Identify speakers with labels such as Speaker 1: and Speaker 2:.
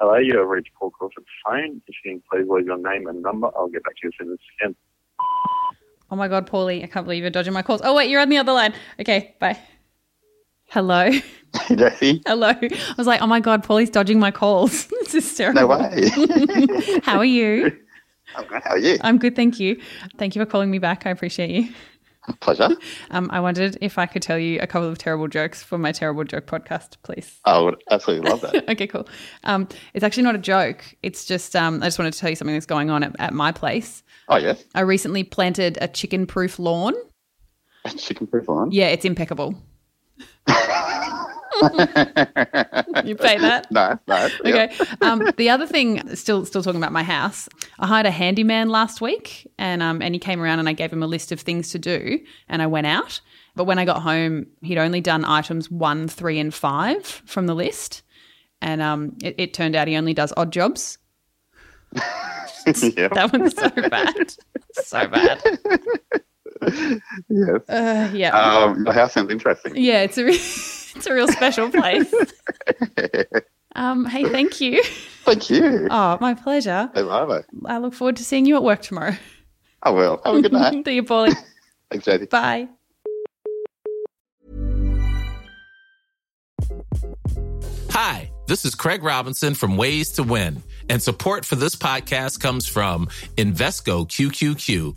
Speaker 1: Hello, you have reached Paul Crawford's phone. If you can please leave your name and number, I'll get back to you as soon as I can.
Speaker 2: Oh my God, Paulie, I can't believe you're dodging my calls. Oh, wait, you're on the other line. Okay, bye. Hello.
Speaker 3: Hey, Daisy.
Speaker 2: Hello. I was like, oh my God, Paulie's dodging my calls. this is
Speaker 3: No
Speaker 2: terrible.
Speaker 3: way.
Speaker 2: How are you?
Speaker 3: I'm good. How are you?
Speaker 2: I'm good, thank you. Thank you for calling me back. I appreciate you.
Speaker 3: Pleasure.
Speaker 2: Um, I wondered if I could tell you a couple of terrible jokes for my terrible joke podcast, please.
Speaker 3: I would absolutely love that.
Speaker 2: okay, cool. Um, it's actually not a joke. It's just um, I just wanted to tell you something that's going on at, at my place.
Speaker 3: Oh, yeah.
Speaker 2: I recently planted a chicken-proof lawn.
Speaker 3: Chicken proof on.
Speaker 2: Yeah, it's impeccable.
Speaker 3: you
Speaker 2: You pay that?
Speaker 3: No, no. yeah.
Speaker 2: Okay. Um, the other thing, still still talking about my house. I hired a handyman last week, and um, and he came around, and I gave him a list of things to do, and I went out. But when I got home, he'd only done items one, three, and five from the list, and um, it, it turned out he only does odd jobs.
Speaker 3: yeah.
Speaker 2: That one's so bad, so bad.
Speaker 3: Yes.
Speaker 2: Uh, yeah,
Speaker 3: Um, your house sounds interesting.
Speaker 2: yeah. It's a re- it's a real special place. Um, hey, thank you.
Speaker 3: Thank you.
Speaker 2: Oh, my pleasure.
Speaker 3: I love it.
Speaker 2: I look forward to seeing you at work tomorrow.
Speaker 3: I will. Have a good night.
Speaker 2: See you, Paulie.
Speaker 3: Thanks, Daisy.
Speaker 2: Bye.
Speaker 4: Hi, this is Craig Robinson from Ways to Win, and support for this podcast comes from Invesco QQQ,